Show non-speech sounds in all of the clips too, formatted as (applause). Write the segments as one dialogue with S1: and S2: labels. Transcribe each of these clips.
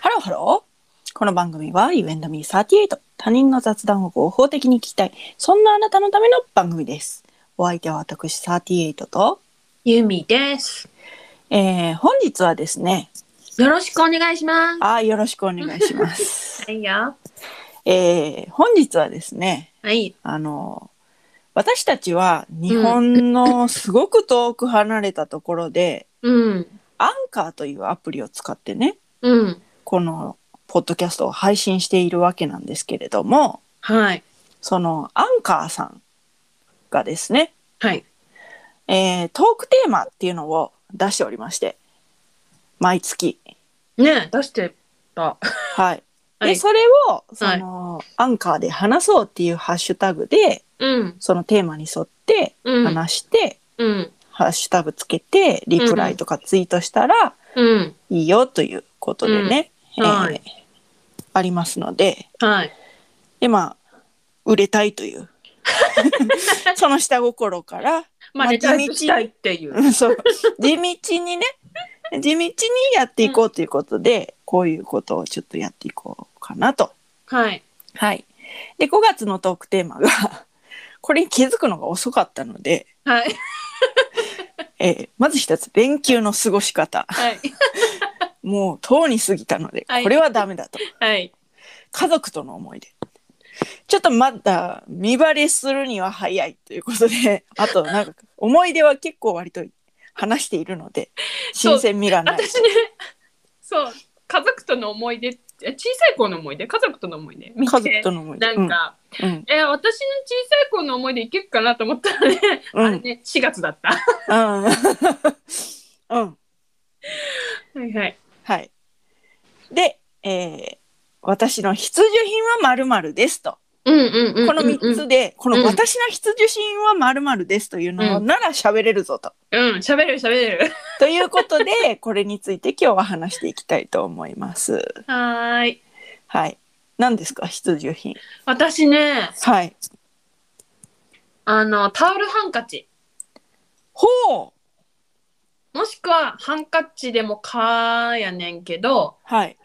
S1: ハロー。この番組は You and me38。他人の雑談を合法的に聞きたい。そんなあなたのための番組です。お相手は私38と、
S2: ゆみです。
S1: えー、本日はですね、
S2: よろしくお願いします。
S1: あーよろしくお願いし
S2: (laughs)
S1: ます。
S2: はいよ。
S1: えー、本日はですね、
S2: はい。
S1: あの、私たちは日本のすごく遠く離れたところで、
S2: うん。
S1: アンカーというアプリを使ってね、
S2: うん。
S1: このポッドキャストを配信しているわけなんですけれども、
S2: はい。
S1: そのアンカーさんがですね、
S2: はい。
S1: えートークテーマっていうのを出しておりまして、毎月。
S2: ねえ出してた。
S1: はい。で、
S2: はい。
S1: それを、その、アンカーで話そうっていうハッシュタグで、
S2: うん。
S1: そのテーマに沿って
S2: うん。
S1: 話して、
S2: うん。
S1: ハッシュタグつけて、リプライとかツイートしたら
S2: うん。
S1: いいよということでね、
S2: うんは
S1: え
S2: い
S1: ーありますので、
S2: はい。
S1: で、まあ、売れたいと
S2: (laughs)
S1: いう、その下心から、
S2: まあ、ネタにしたいっていう。
S1: うん (laughs) そう地道にね地道にやっていこうということで、こういうことをちょっとやっていこうかなと。
S2: はい。
S1: はい、で5月のトークテーマがこれに気づくのが遅かったので、
S2: はい。
S1: えーまず一つ連休の過ごし方
S2: はい。
S1: もうとうに過ぎたので
S2: はい
S1: これはダメだと、
S2: はい。
S1: 家族との思い出ちょっとまだ見バレするには早いということであとなんか思い出は結構割と話しているので新鮮味が (laughs) ない。
S2: 私ね、そう、家族との思い出って、小さい子の思い出、家族との思い出。見
S1: 家族
S2: て
S1: との思い出
S2: なんか、
S1: うんうん
S2: え、私の小さい子の思い出いけるかなと思ったらね、
S1: うん
S2: あれね、4月だった。は
S1: うん。うん。
S2: いはい。
S1: はい。で、えー私の必需品は〇〇ですと。
S2: うんうんうん。
S1: この3つで、こ
S2: う
S1: の
S2: ん
S1: 私の必需品は〇〇ですというの
S2: うん
S1: なら喋れるぞと。
S2: うん、喋れる喋れる。
S1: ということ
S2: (laughs)
S1: で、これについて今日は話していきたいと思います。
S2: はーい。
S1: はい。何ですか必需品。
S2: 私ね、
S1: はい。
S2: あの、タオルハンカチ。
S1: ほう
S2: もしくは、ハンカチでもかーやねんけど、
S1: はい。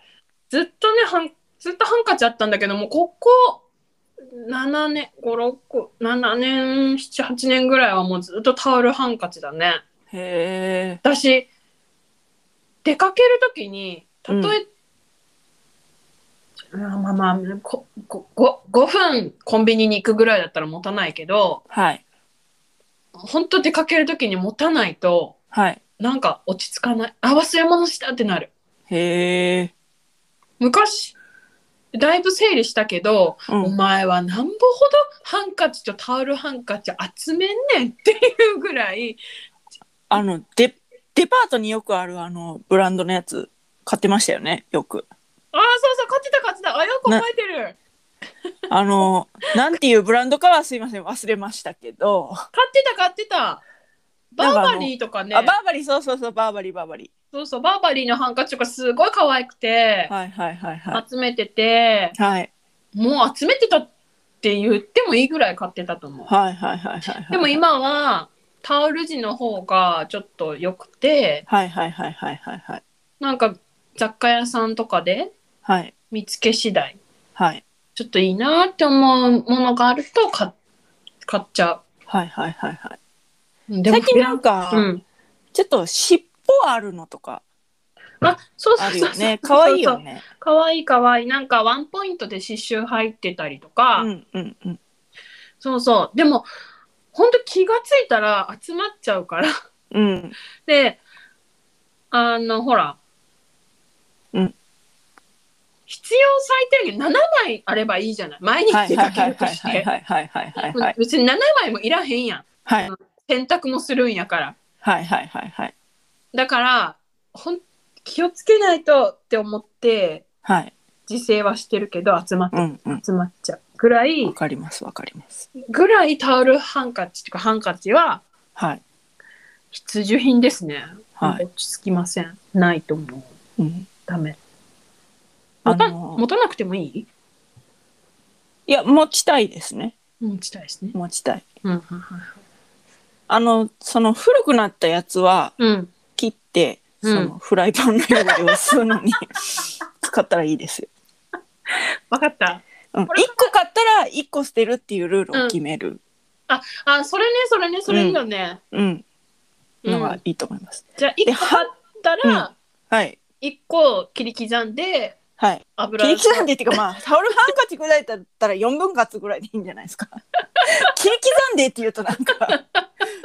S2: ずっとね、はんずっとハンカチあったんだけども、ここ、7年、5、6個、7年、7、8年ぐらいはもうずっとタオルハンカチだね。
S1: へえ。
S2: 私、出かけるときに、たとえ、あまあまあここご5分コンビニに行くぐらいだったら持たないけど、
S1: はい。
S2: 本当出かける時に持たないと
S1: はい。
S2: なんか落ち着かないあ忘れ物したってなる
S1: へえ。
S2: 昔だいぶ整理したけど、
S1: う
S2: お
S1: ん。
S2: 前はなんぼほどハンカチとタオルハンカチ集めんねんっていうぐらい
S1: あのデデパートによくあるあのブランドのやつ買ってましたよねよく。
S2: ああそうそう勝ちた勝ちたあよく覚えてる
S1: あの
S2: (laughs)
S1: なんていうブランドかはすいません忘れましたけど、
S2: 買ってた買ってたバ
S1: なんか
S2: ー
S1: あの
S2: バリーとかね
S1: あバーバリーそうそうそうバーバリーバーバリ
S2: そうそうバーバリーのハンカチとかすごい可愛くて
S1: ーはいはいはいはい
S2: 集めてて
S1: はい
S2: もう集めてたって言ってもいいぐらい買ってたと思う
S1: はいはいはいはい
S2: (laughs) でも今はタオル地の方がちょっと良くて
S1: はいはいはいはいはいはい
S2: なんか雑貨屋さんとかで
S1: はい
S2: 見つけ次第
S1: はい
S2: ちょっといいなって思うものがあると買買っちゃ
S1: はいはいはいは
S2: う。
S1: い
S2: でも
S1: 最近なんか、
S2: うん、
S1: ちょっと尻尾あるのとか
S2: あそうそ
S1: あ
S2: う
S1: る
S2: そう
S1: よ
S2: そう
S1: ね可愛いよね
S2: かわいいかわいいなんかワンポイントで刺繍入ってたりとか、
S1: うんうんうん
S2: そうそうでもほんと気がついたら集まっちゃうから
S1: うん
S2: であのほら、
S1: うん、
S2: 必要最低限7枚あればいいじゃない毎
S1: は
S2: 日
S1: い
S2: 出
S1: はい
S2: かけ
S1: はい
S2: ると
S1: はい
S2: し
S1: はい
S2: て
S1: はいはいはいはいはい
S2: 別に7枚もいらへんやん
S1: はい
S2: 洗濯もするんやから
S1: はいはいはいはい
S2: だからほん気をつけないとって思って
S1: はい
S2: 自制はしてるけど集まっ
S1: うんうん
S2: 集まっちゃうぐらい
S1: わかりますわかります
S2: ぐらいタオルハンカチとかハンカチは
S1: はい
S2: 必需品ですね、
S1: はい
S2: 落ち着きませんないと思う
S1: うん
S2: ダメ
S1: あ
S2: 持た,、
S1: の
S2: 持たなくてもいい
S1: いや持ちたいですね
S2: 持ちたいですね
S1: 持ちたい
S2: うんはいはい
S1: あのその古くなったやつは
S2: うん
S1: 切って、
S2: うん
S1: そのフライパンの汚れを吸うのに (laughs) 使ったらいいですよ。
S2: わかった。
S1: うん、1
S2: これ
S1: 個買ったら1個捨てるっていうルールを決める
S2: あ、それね、それね、それいいよね。
S1: うん
S2: うん
S1: のがいいと思います。
S2: じゃあ、一個買ったら、
S1: はい。
S2: 一個切り刻んで、
S1: はい。
S2: 油。
S1: 切り刻んでっていうかまあタオルハンカチぐらいだったら4分割ぐらいでいいんじゃないですか。切り刻んでっていうとなんか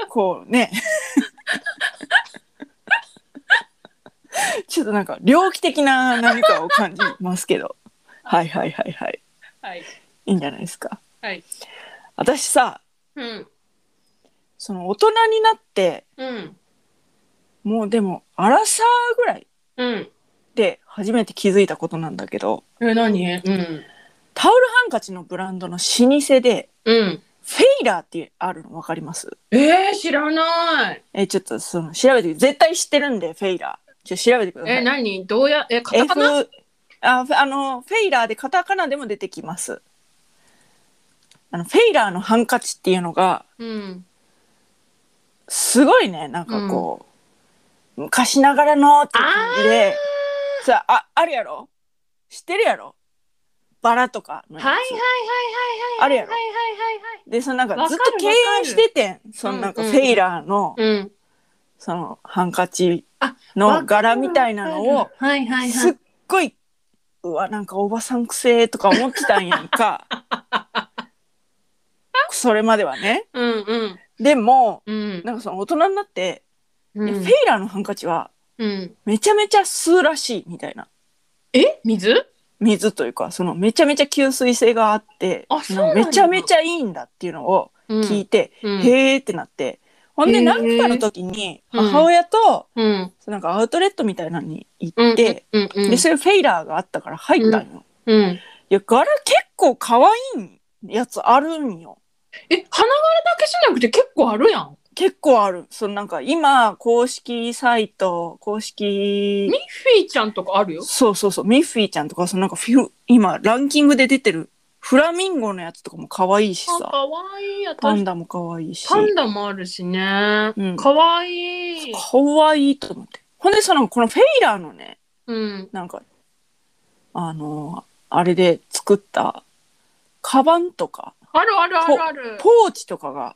S1: こうね。ちょっとなんか猟奇的な何かを感じますけど。はいはいはいはい。
S2: はい。
S1: いいんじゃないですか。
S2: はい。
S1: 私さ、
S2: うん。
S1: その大人になって、
S2: うん。
S1: もうでも、アラサーぐらい
S2: うん。
S1: で初めて気づいたことなんだけど、
S2: え、何うん。
S1: タオルハンカチのブランドの老舗で、
S2: うん。
S1: フェイラーってあるの分かります
S2: えー、知らない。
S1: え、ちょっとその調べて、絶対知ってるんで、フェイラー。ちょっと調べてください。
S2: え、何どうや、え、カタカナ
S1: F あ、ふあの、フェイラーでカタカナでも出てきます。あの、フェイラーのハンカチっていうのが、
S2: うん。
S1: すごいね、なんかこう、昔ながらのって感じで、さあ、あるやろ知ってるやろバラとかの
S2: は
S1: や
S2: い
S1: つ
S2: はいはいはいはい。
S1: あるやろ
S2: はいはいはい
S1: で、そのなんか
S2: わ
S1: ず
S2: か
S1: っ
S2: る
S1: と敬遠しててん。そのなんか
S2: うん
S1: フ
S2: うん
S1: ェイラーの、
S2: はい。うん。
S1: そのハンカチ
S2: あわか
S1: の
S2: る
S1: 柄みたいなのを、
S2: はいはいは
S1: すっ
S2: い。
S1: ごい、うわ、なんかおばさんくせえとか思ってたんやん
S2: (laughs)
S1: か。それまではね。
S2: うんうん。
S1: でも、
S2: うん。
S1: なんかその大人になって、
S2: う
S1: いやフェ
S2: ん
S1: イ。ラーのハンカチは
S2: うん。
S1: めちゃめちゃ吸うらしいみたいな。
S2: え水
S1: 水というか、そのめちゃめちゃ吸水性があって
S2: あそうなん、
S1: め
S2: だ
S1: ちゃめちゃいいんだっていうのを
S2: うん
S1: 聞いて、
S2: うん
S1: へーってなって。ほん
S2: へ
S1: で、
S2: ー
S1: なんかの時に、
S2: うん
S1: 母親と、
S2: うん。
S1: なんかアウトレットみたいなのに行
S2: うん。
S1: って、
S2: うんうん。
S1: で、そういうフェイラーがあったから入ったんよ。い
S2: うん。
S1: や、柄結構可愛いやつあるんよ。
S2: え、花柄だけじゃなくて結構あるやん。
S1: 結構ある。そのなんか今、公式サイト、公式
S2: ミ、ッフィーちゃんとかあるよ。
S1: そうそうそう、ミッフィーちゃんとか、そのなんかフィフ今、ランキングで出てる、フラミンゴのやつとかも可愛いし
S2: あ
S1: さ、
S2: かわいいやつ。
S1: パンダも可愛いし。
S2: パンダもあるしね。
S1: うん
S2: かわいい。
S1: 可愛いと思って。ほんで、その、このフェイラーのね、
S2: うん。
S1: なんか、あのー、あれで作った、カバンとか、
S2: あるあるあるある。
S1: ポーチとかが、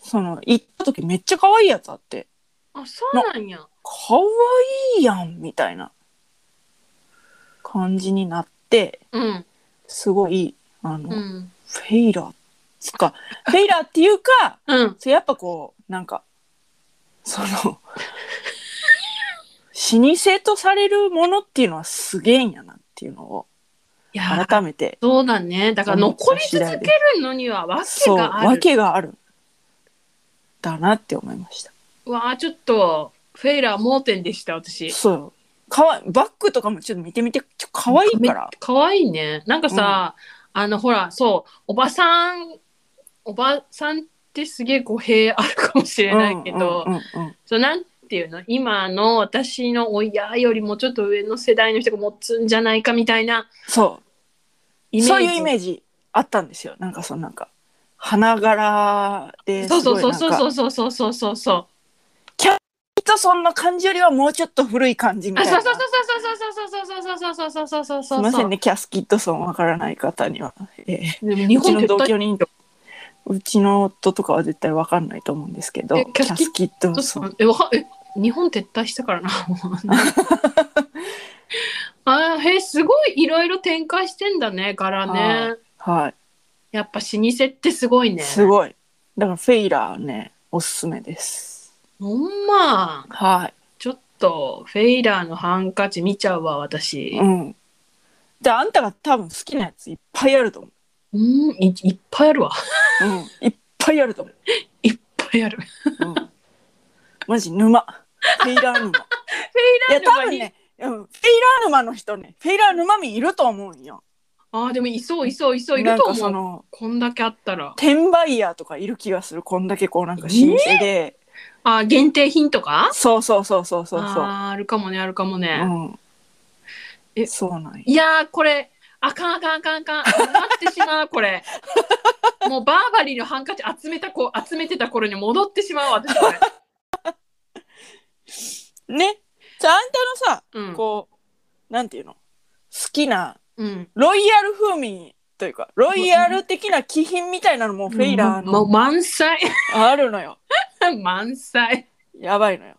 S1: その、行った時めっちゃ可愛いやつあって、
S2: あ、そうなんや。
S1: 可愛いやんみたいな感じになって、
S2: うん。
S1: すごい、あの、
S2: うん。
S1: フェイラー、つか、フェイラーっていうか、
S2: うん。
S1: そうやっぱこう、なんか、そ
S2: (laughs)
S1: の、老舗とされるものっていうのはすげえんやなっていうのを
S2: いや、
S1: 改めて、
S2: そうだね。だから残り続けるのには訳
S1: そう、
S2: がある。
S1: 訳がある。だなって思いました。
S2: うわあちょっと、フェイラー盲点でした、私。
S1: そう。かわいバッグとかもちょっと見てみて、ちょ可愛いから。
S2: かわいいね。なんかさ、あの、ほら、そう、おばさん、おばさんってすげえ語弊あるかもしれないけど、
S1: うんうんうんうん
S2: そうなんていうの今の私の親よりもちょっと上の世代の人が持つんじゃないかみたいな
S1: そ
S2: イ
S1: う。
S2: メージ
S1: そういうイメージあったんですよ。なんかそのなんか、花柄で、
S2: そうそうそう
S1: すごいなんか
S2: そうそうそうそうそうそうそう
S1: きっとそんな感じよりはもうちょっと古い感じみた
S2: あ
S1: いな。
S2: そうそうそうそうそうそうそうそうそうそうそうそうそうそう
S1: すみません
S2: ね
S1: ね、キャス・キッドソンわからない方には。えー
S2: でも日
S1: うち
S2: 本
S1: の
S2: で
S1: 同
S2: 歌
S1: 居人うちの夫とかは絶対わかんないと思うんですけど、
S2: え
S1: キ
S2: キ
S1: ャ
S2: ャ
S1: ス・
S2: ス
S1: キッド
S2: っ
S1: ソン。
S2: えわかえ日本撤退したからな (laughs) あーへーすごいいろいろ展開してんだね柄
S1: は
S2: ね
S1: は
S2: やっぱ老舗ってすごい
S1: い。
S2: ね
S1: すごい。だからフェイラーね、おすすめです。
S2: ほんま
S1: は
S2: ちょっとフェイラーのハンカチ見ちゃうわ私
S1: い。うん。で、あんたが多分好きなやついっぱいあると思
S2: うん、いいっぱいあるわ。
S1: う。うん。いっぱいあると思う。
S2: いっぱいある。
S1: うん。マジ沼。フェイラー沼。い
S2: フ
S1: や、多分ね、うん、フェイラー沼の人ね、フェイラー沼にいると思うんよ。
S2: ああ、でもいそういそういそうい
S1: な
S2: る
S1: ん
S2: と
S1: かそ
S2: 思う。
S1: の、
S2: こんだけあったら。
S1: 転売ヤーとかいる気がするこんだけこうなんか老舗で、
S2: あー限定品とか
S1: そうそうそうそうそうそう
S2: あーあるかもね、あるかもね。
S1: うん
S2: え
S1: そうなんや
S2: いやー、これ、あかんあかんあかんあかん。なってしまう、
S1: (laughs)
S2: これ。もうバーバリーのハンカチ集めた子、集めてた頃に戻ってしまう、私
S1: (laughs)
S2: これ。
S1: ねじゃああんたのさ
S2: うん、
S1: こうなんていうの好きな
S2: うん。
S1: ロイヤル風味というかロイヤル的な気品みたいなのもフェイラー
S2: も
S1: の
S2: う満載。 (laughs)
S1: あるのよ
S2: 満載。
S1: やばいのよ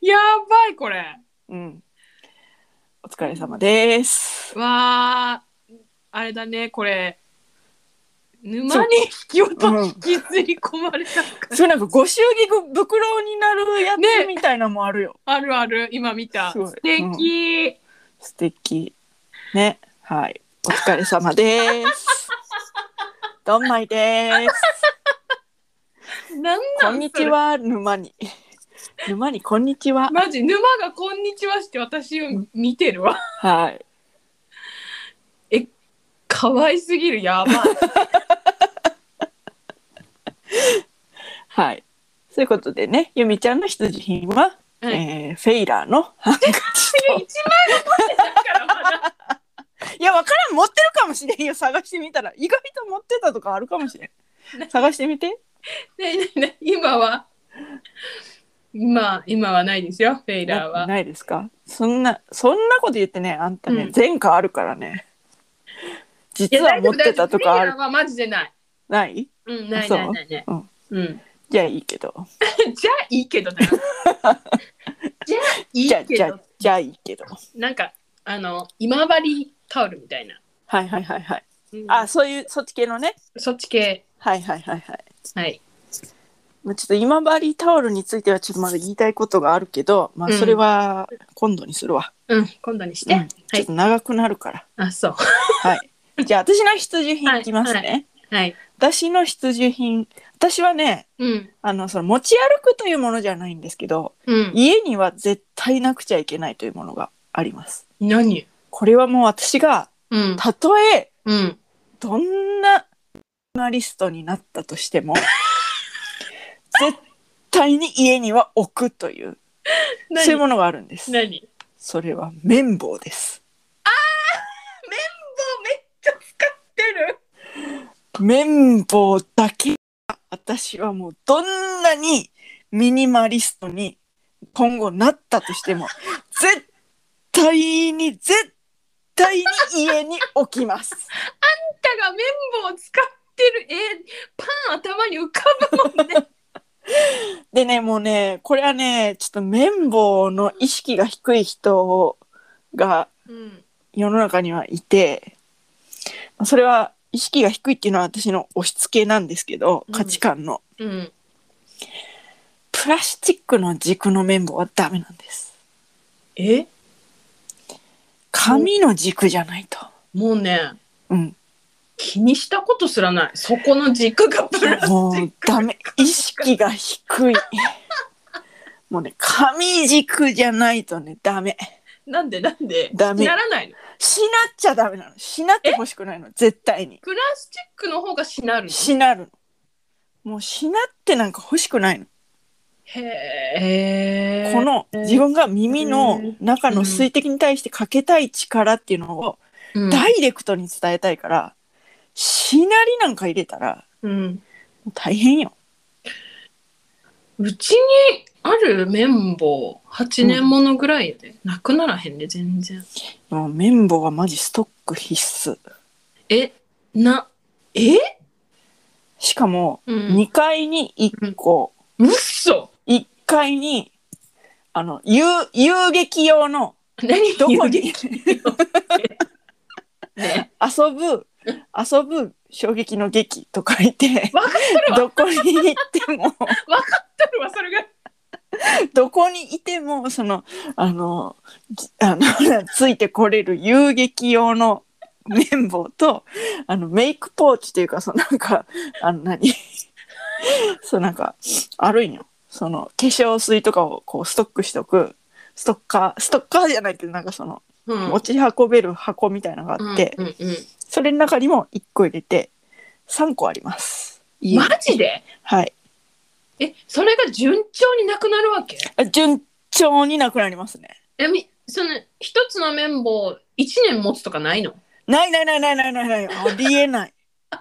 S2: やばい、これ。
S1: うんお疲れ様です
S2: わー、あれだね、これ。沼に引き落
S1: そうう
S2: と
S1: ん
S2: 引きずり込まれた感
S1: それなんかご祝儀ぶ袋になるや
S2: ね
S1: つみたいなのもあるよ、
S2: あるある、今見た。
S1: すごい
S2: 素敵。
S1: 素敵ねはいお疲れ様ですどんまいです (laughs)
S2: なんな
S1: こ
S2: ん
S1: んにちは沼に沼にこんにちは
S2: それマジ、沼がこんにちはして私を見てるわ。
S1: はい
S2: かわいすぎる、
S1: (laughs)
S2: やばい。
S1: はいそういうことでねゆみちゃんの必需品は、
S2: はい
S1: えーフェイラー (laughs) のハンカチ
S2: 一枚残ってたから、まだ。
S1: いやわからん持ってるかもしれんよ探してみたら意外と持ってたとかあるかもしれん探してみて
S2: ねえねえねえ今は今今はないですよフェイラー
S1: な
S2: は
S1: ないですかそんなそんなこと言ってねあんたね、
S2: うん
S1: 前科あるからね
S2: い
S1: 実
S2: や
S1: は
S2: 大丈
S1: 持
S2: 夫
S1: ってたとかあ
S2: 大丈夫フェイラ
S1: る
S2: ーはマジでない
S1: ない
S2: うんない
S1: そう
S2: ないないない
S1: うん
S2: うん、 (laughs)
S1: じゃあいいけど
S2: じゃあいい
S1: (laughs)
S2: けどなじゃあい
S1: じゃあ
S2: いけ
S1: じゃ
S2: ど
S1: あじゃあいいけど
S2: なんかあの今治タオルみたいな、
S1: はいはいはいはい
S2: うん
S1: あそういうそっち系のね
S2: そっち系
S1: はいはいはいはい
S2: はい
S1: まあちょっと今治タオルについてはちょっとまだ言いたいことがあるけど、まあ、
S2: うん
S1: それは今度にするわ、
S2: うん今度にして、
S1: うんちょっと長くなるから
S2: あそう
S1: はいじゃあ私の必需品いきますね、
S2: はいはい
S1: 私の必需品私はね
S2: うん
S1: あのその持ち歩くというものじゃないんですけど
S2: うん
S1: 家には絶対なくちゃいけないというものがあります
S2: 何
S1: これはもう私が
S2: うん
S1: たとえ
S2: うん
S1: どんなマリストになったとして
S2: (laughs)
S1: も絶対に家には置くというそういう
S2: 何
S1: ものがあるんです
S2: 何
S1: それは綿棒です
S2: めっちゃ使ってる
S1: 綿棒だけは私はもうどんなにミニマリストに今後なったと
S2: (laughs)
S1: しても絶対に絶対に家に置きます
S2: ったが綿棒を使ってるえパン頭に浮かぶもんね
S1: でねもうねこれはねちょっと綿棒の意識が低い人が
S2: うん
S1: 世の中にはいてそれは意識が低いっていうのは私の押し付けなんですけど
S2: うん
S1: 価値観の、
S2: うん
S1: プラスチックの軸の綿棒はダメなんです
S2: え
S1: 紙の軸じゃないと
S2: もうね
S1: うん
S2: 気にしたことすらないそこの軸が
S1: (laughs)
S2: プラスチ
S1: も
S2: ッ
S1: う
S2: ク
S1: ダメ意識が低いもうね紙軸じゃないとねダメ
S2: なんでなんで
S1: ダメ
S2: ならないの
S1: しなっちゃダメなのしなってほしくないの絶対に
S2: プラスチックの方がしなるの
S1: しなるのもうしなってなんか欲しくないの
S2: へえ
S1: この自分が耳の中の水滴に対してかけたい力っていうのをダイレクトに伝えたいから、しなりなんか入れたら
S2: うん、
S1: 大変よ。
S2: うちにある綿棒8年ものぐらいやで、なくならへんで全然
S1: もう綿棒はマジストック必須。
S2: えなえ
S1: しかも、
S2: うん
S1: 2階に1個、
S2: うっそ
S1: 1階に、あの、遊、遊撃用の、
S2: 何
S1: どこ
S2: 言う
S1: に
S2: のね
S1: 遊ぶ、遊ぶ衝撃の劇と書いて、
S2: わかってるわ
S1: どこに行っても、
S2: 分かってるわそれが
S1: どこにいても、その、あの、じあの、ついてこれる遊撃用の綿棒と、あの、メイクポーチというか、そのなんか、あの、何 (laughs) そうなんか、あるんよ。その、化粧水とかをこうストックしとく、ストッカー、ストッカーじゃないけど、なんかその、
S2: うん
S1: 持ち運べる箱みたいなのがあって、
S2: うんうんう
S1: それの中にも1個入れて、3個あります。
S2: ん、マジで
S1: はい。
S2: えそれが順調になくなるわけ
S1: あ順調になくなりますね。
S2: えみその一つの綿棒一年持つとかないの
S1: ないないないないないないないありえない (laughs)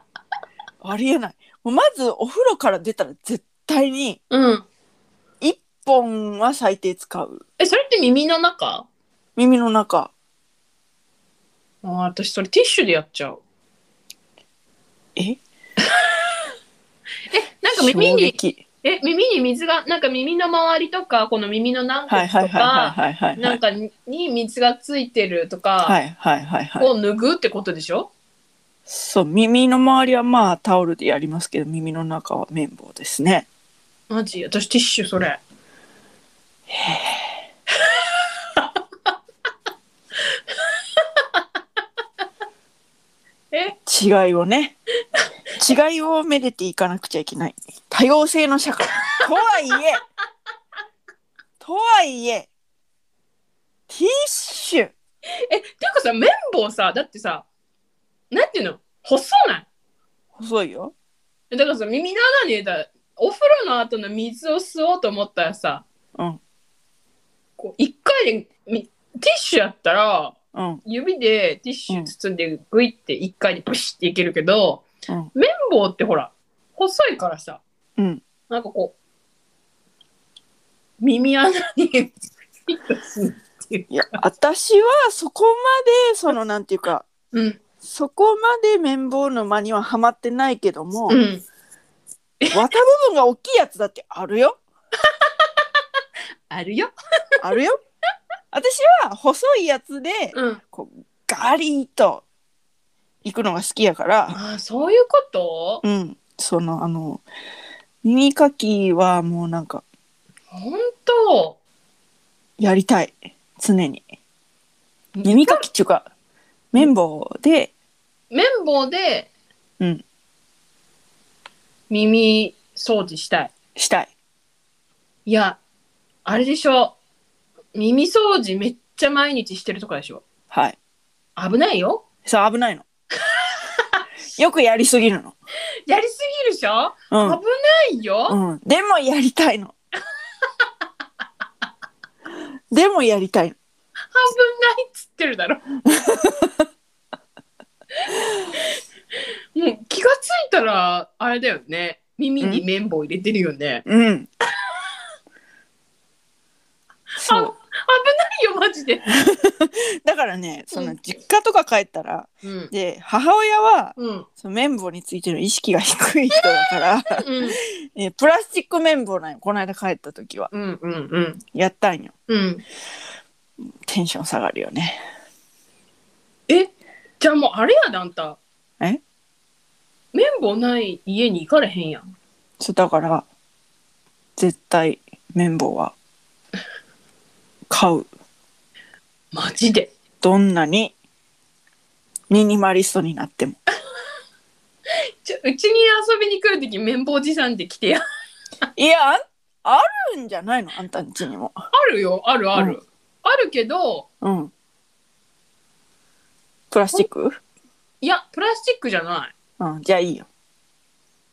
S1: ありえないもうまずお風呂から出たら絶対に
S2: うん
S1: 1本は最低使う
S2: えそれって耳の中
S1: 耳の中
S2: あー私それティッシュでやっちゃう
S1: え
S2: えなんか耳
S1: 衝
S2: に
S1: 撃
S2: え耳に水がなんか耳の周りとかこの耳の軟
S1: はいは
S2: 骨
S1: い
S2: と
S1: はい
S2: か
S1: はいはいは
S2: ないんかにに水がついてるとか
S1: はいはいはいはい
S2: を脱ぐってことでしょ
S1: そう耳の周りはまあタオルでやりますけど耳の中は綿棒ですね
S2: マジ私ティッシュそれ (laughs) え
S1: 違いをね違いをめでていかなくちゃいけない多様性の社会とはいえとはいえティッシュ
S2: えっていうかさ綿棒さだってさなんていうの細ない
S1: 細いよ
S2: だからさ耳の穴に入れたらお風呂の後の水を吸おうと思ったらさ、
S1: うん
S2: こう一回でみティッシュやったら
S1: うん
S2: 指でティッシュ包んでグイって一回でプシっていけるけど、
S1: うん
S2: 綿棒ってほら細いからさ
S1: うん
S2: なんかこう耳穴にフィットするっていう
S1: いや私はそこまでそのなんていうか
S2: うん
S1: そこまで綿棒の間にはハマってないけども、
S2: うん
S1: 綿部分が大きいやつだってあるよ
S2: あるよ
S1: あるよ私は細いやつで
S2: うん
S1: ガリッと行くのが好きやから
S2: あーそういうこと
S1: うんそのあの耳かきはもうなんか
S2: 本当
S1: やりたい常に耳かきっていうか綿棒で
S2: 綿棒で、
S1: うん
S2: 耳掃除したい。
S1: したい
S2: いや、あれでしょ。耳掃除めっちゃ毎日してるとかでしょ。
S1: はい
S2: 危ないよ。
S1: そう危ない (laughs) のよくやりすぎるの
S2: やりすぎるでしょ、
S1: うん
S2: 危ないよ、
S1: うん、でもやりたいの。でもやりたいの。
S2: 危ないっつってる
S1: (laughs)
S2: だろ。もう気がついたら、あれだよね。耳に綿棒入れてるよね。
S1: うん。そう。
S2: 危ないよ、マジで。
S1: だからね、そうの
S2: ん
S1: 実家とか帰ったら、
S2: うん。
S1: で、母親は、
S2: うん。
S1: その綿棒についての意識が低い人だから、
S2: うん。
S1: えプラスチック綿棒なんよ。この間帰った時は。
S2: うん。うん。
S1: やったんよ。
S2: うん。
S1: テンション下がるよね。
S2: えじゃあもうあれやであんた
S1: え
S2: 綿棒ない家に行かれへんやん
S1: そう、だから、絶対綿棒は、買う。
S2: マジで
S1: どんなに、ミニマリストになっても。
S2: ちょうちに遊びに来る時綿棒持参で来てや
S1: いやあんあるんじゃないのあんたんちにも。
S2: あるよあるある、あるけど
S1: うん。プラスチック
S2: いやプラスチックじゃない
S1: うん、じゃあいいよ。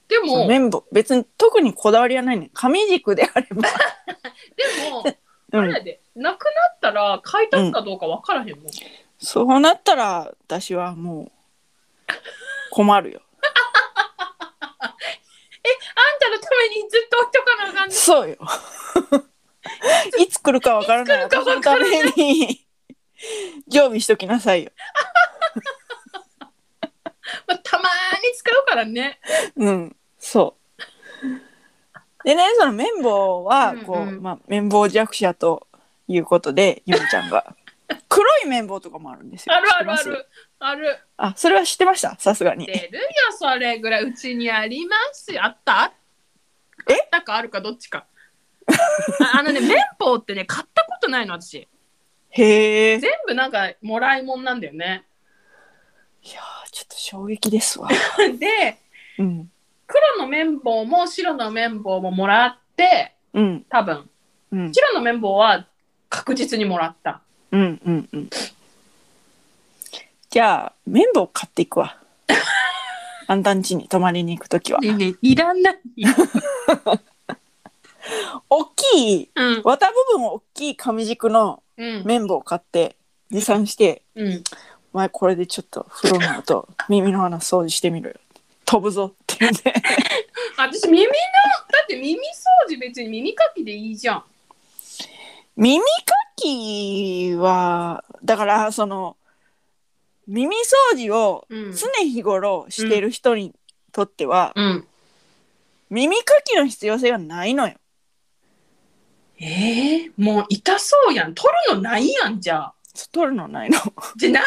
S2: でもで
S1: 綿棒別に特にこだわりはないね。紙軸であれば。
S2: も
S1: (laughs) う
S2: あ
S1: ん、
S2: (laughs) れでなくなったら買い足すかどうか分からへんもん、
S1: そうなったら私はもう困るよ。
S2: あんたのためにずっと置いとかなあかんね
S1: そうよ。 (laughs) いつ来るかわからない
S2: いつ
S1: 私
S2: 来るか
S1: の
S2: わか
S1: た
S2: らない
S1: めに常備しときなさいよ。
S2: まあ、たまーに使うからね
S1: うん、そう。でね、その綿棒は、こう、
S2: うんうん
S1: まあ、綿棒弱者ということで、ゆみちゃん
S2: (laughs)
S1: が。黒い綿棒とか (laughs) もあるんですよ。
S2: あるあるあ
S1: 知ってます。
S2: るある
S1: あ、それは知ってましたさすがに。
S2: 出るよそれぐらいうちにありますよあった
S1: え
S2: あったかあるかどっちかあ
S1: (laughs)
S2: あのね綿棒ってね買ったことないの私
S1: へえ。いや
S2: 全部なんかもらいもんなんだよね
S1: ーちょっと衝撃ですわ。
S2: で
S1: うん。
S2: 黒の綿棒も白の綿棒ももらって
S1: うん。
S2: 多分
S1: うん。
S2: 白の綿棒は確実にもらった
S1: うん。うん。うん。じゃあ、綿棒買っていく
S2: (laughs)
S1: わ。あんたん家に泊まりに行くときは。
S2: ねいらない、
S1: 大きい、
S2: うん
S1: 綿部分を大きい紙軸の
S2: うん
S1: 綿棒を買って、持参して、
S2: うん、
S1: お前これでちょっと風呂の音耳の穴掃除してみろよ飛ぶぞって言うんで
S2: 私耳のだって耳掃除別に耳かきでいいじゃん
S1: 耳かきはだからその耳掃除を
S2: うん
S1: 常日頃している人にとっては、
S2: うん。
S1: 耳かきの必要性がないのよ。
S2: ええもう痛そうやん。取るのないやんじゃあ。
S1: 取るのない (laughs) の。
S2: じゃない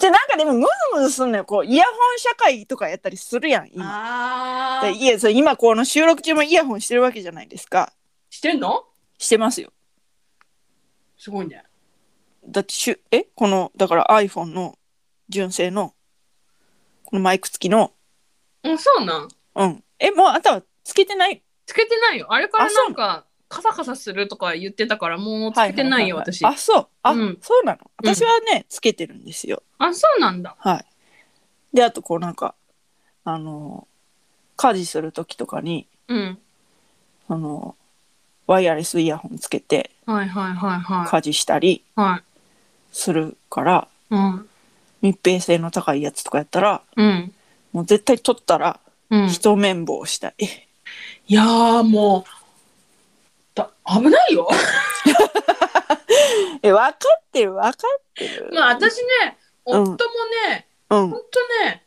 S1: じゃなんかでもムズムズすんのよ。こうイヤホン社会とかやったりするやん今。
S2: あ
S1: でいやそう今この収録中もイヤホンしてるわけじゃないですか。
S2: してんの
S1: してますよ。
S2: すごいね。
S1: だってしゅえこのだから iPhone の純正のこのマイク付きの
S2: うん、そうなん。
S1: うんえもうあんたはつけてない
S2: つけてないよ。あれから
S1: あそう
S2: なんか、カサカサするとか言ってたから、もうつけてないよ、
S1: ははは
S2: 私。
S1: あそうあ、
S2: うん
S1: そうなの私はねつけてるんですよ
S2: あ、そうなんだ。
S1: はいであとこうなんかあの家事する時とかに
S2: うん。
S1: そのワイヤレスイヤホンつけて
S2: はいはいはいは
S1: 家事したり
S2: い。はい。
S1: するから
S2: うん。
S1: 密閉性の高いやつとかやったら
S2: うん。
S1: もう絶対取ったら
S2: うん。
S1: 一綿棒したい、 (laughs)
S2: いやーもう、だ危ないよ。
S1: え分かってる分かってる
S2: まあ私ね、
S1: うん
S2: 夫もね、
S1: うん
S2: ほんとね、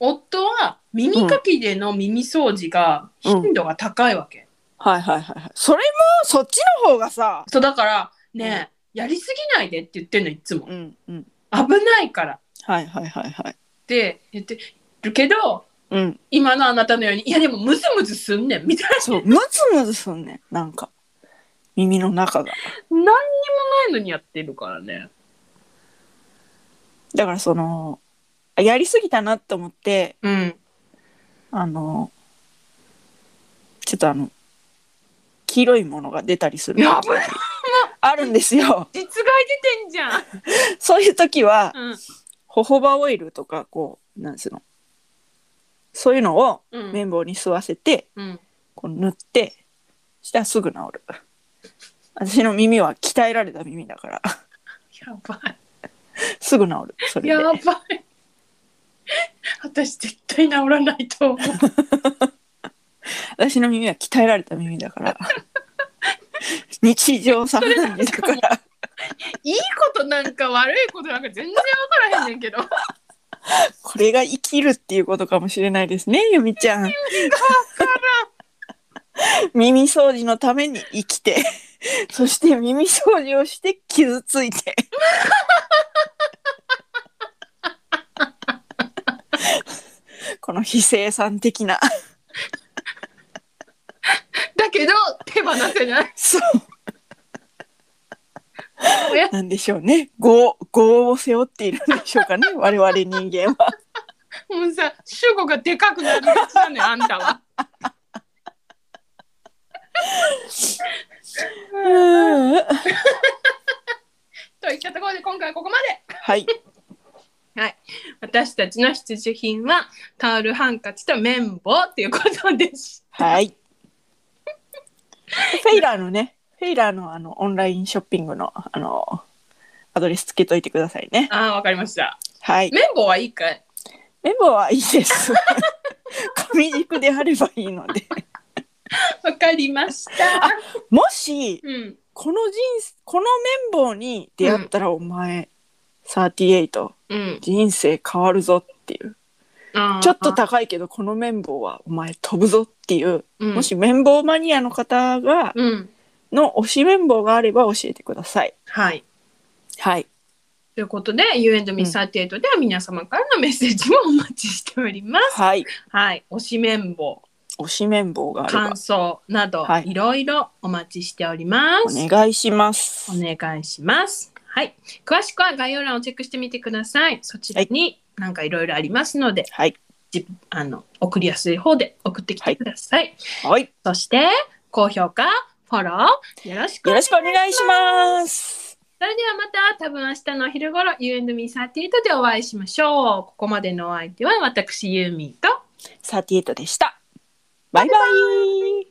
S2: 夫は耳かきでの耳掃除が
S1: うん
S2: 頻度が高いわけ。
S1: はいはいはいはい。それもそっちの方がさ。
S2: そうだから、ね、やりすぎないでって言ってんの、いつも。
S1: うんうん。
S2: 危ないからっ
S1: はいはいはいはい。
S2: て言ってるけど、
S1: うん。
S2: 今のあなたのように、いやでもムズムズすんねん、みたい (laughs)
S1: そう、ムズムズすんねん。なんか。耳の中が。
S2: な。何にもないのにやってるからね。
S1: だからその、やりすぎたなと思って、
S2: うん。
S1: あの、ちょっとあの、黄色いものが出たりする。
S2: やばい
S1: あるんですよ。
S2: 実害出てんじゃん。
S1: そういう時は、
S2: うん。
S1: ホホバオイルとか、こう、なんつうの。そういうのを
S2: うん。
S1: 綿棒に吸わせて、
S2: うん。
S1: こう塗ってしたらすぐ治る私の耳は鍛えられた耳だから
S2: やばい。
S1: すぐ治るそれ
S2: や
S1: で
S2: ばい。私絶対治らないと思う。
S1: 私の耳は鍛えられた耳だから
S2: (laughs)
S1: 日常茶飯事だから
S2: いいことなんか悪いことなんか全然わからへんねんけど。
S1: これが生きるっていうことかもしれないですねゆみち
S2: (laughs)
S1: ゃん耳掃除のために生きてそして耳掃除をして傷ついてこの非生産的な
S2: だけど手放せない。
S1: そう
S2: おや
S1: なんでしょうね。業業を背負っているんでしょうかね。我々人間は。
S2: もうさ、主語がでかくなるやつだねん、あんたは。といったところで今回はここまで。
S1: はい。
S2: 私たちの必需品はタオルハンカチと綿棒っていうことでし
S1: はい。 (laughs) フェイラーのね、フェイラーのあのオンラインショッピングのあのアドレスつけといてくださいね。
S2: た。ああ、わかりました。
S1: はい。
S2: 綿棒はいいかい
S1: メモはいいです。 (laughs) 紙軸であればいいので。
S2: わかりました。
S1: (laughs) もし
S2: うん。
S1: この人生この綿棒に出会ったらお前、38
S2: うん。
S1: 人生変わるぞっていう。
S2: あー
S1: ちょっと、高いけどこの綿棒はお前飛ぶぞっていう、
S2: うん
S1: もし綿棒マニアの方が
S2: うん。
S1: の推し綿棒があれば教えてください。
S2: はい。
S1: はい。
S2: ということで、U&Me38 では皆様からのメッセージもお待ちしております。
S1: はい。
S2: はい。推し綿棒、
S1: 推し綿棒があれば
S2: 感想など、
S1: はい
S2: いろいろお待ちしておりま
S1: お
S2: す。
S1: 願いします。
S2: お願いします。はい。詳しくは概要欄をチェックしてみてください。そちらになんかいろいろありますので、
S1: はい。
S2: じあの送りやすい方で送ってきてください。
S1: はい。
S2: そして高評価、フォローよろしく。
S1: よろしくお願いします。
S2: それではまた多分明日のお昼頃 U&Me38 でお会いしましょう。ここまでのお相手は私ユーミーと
S1: 38でした。バイバイ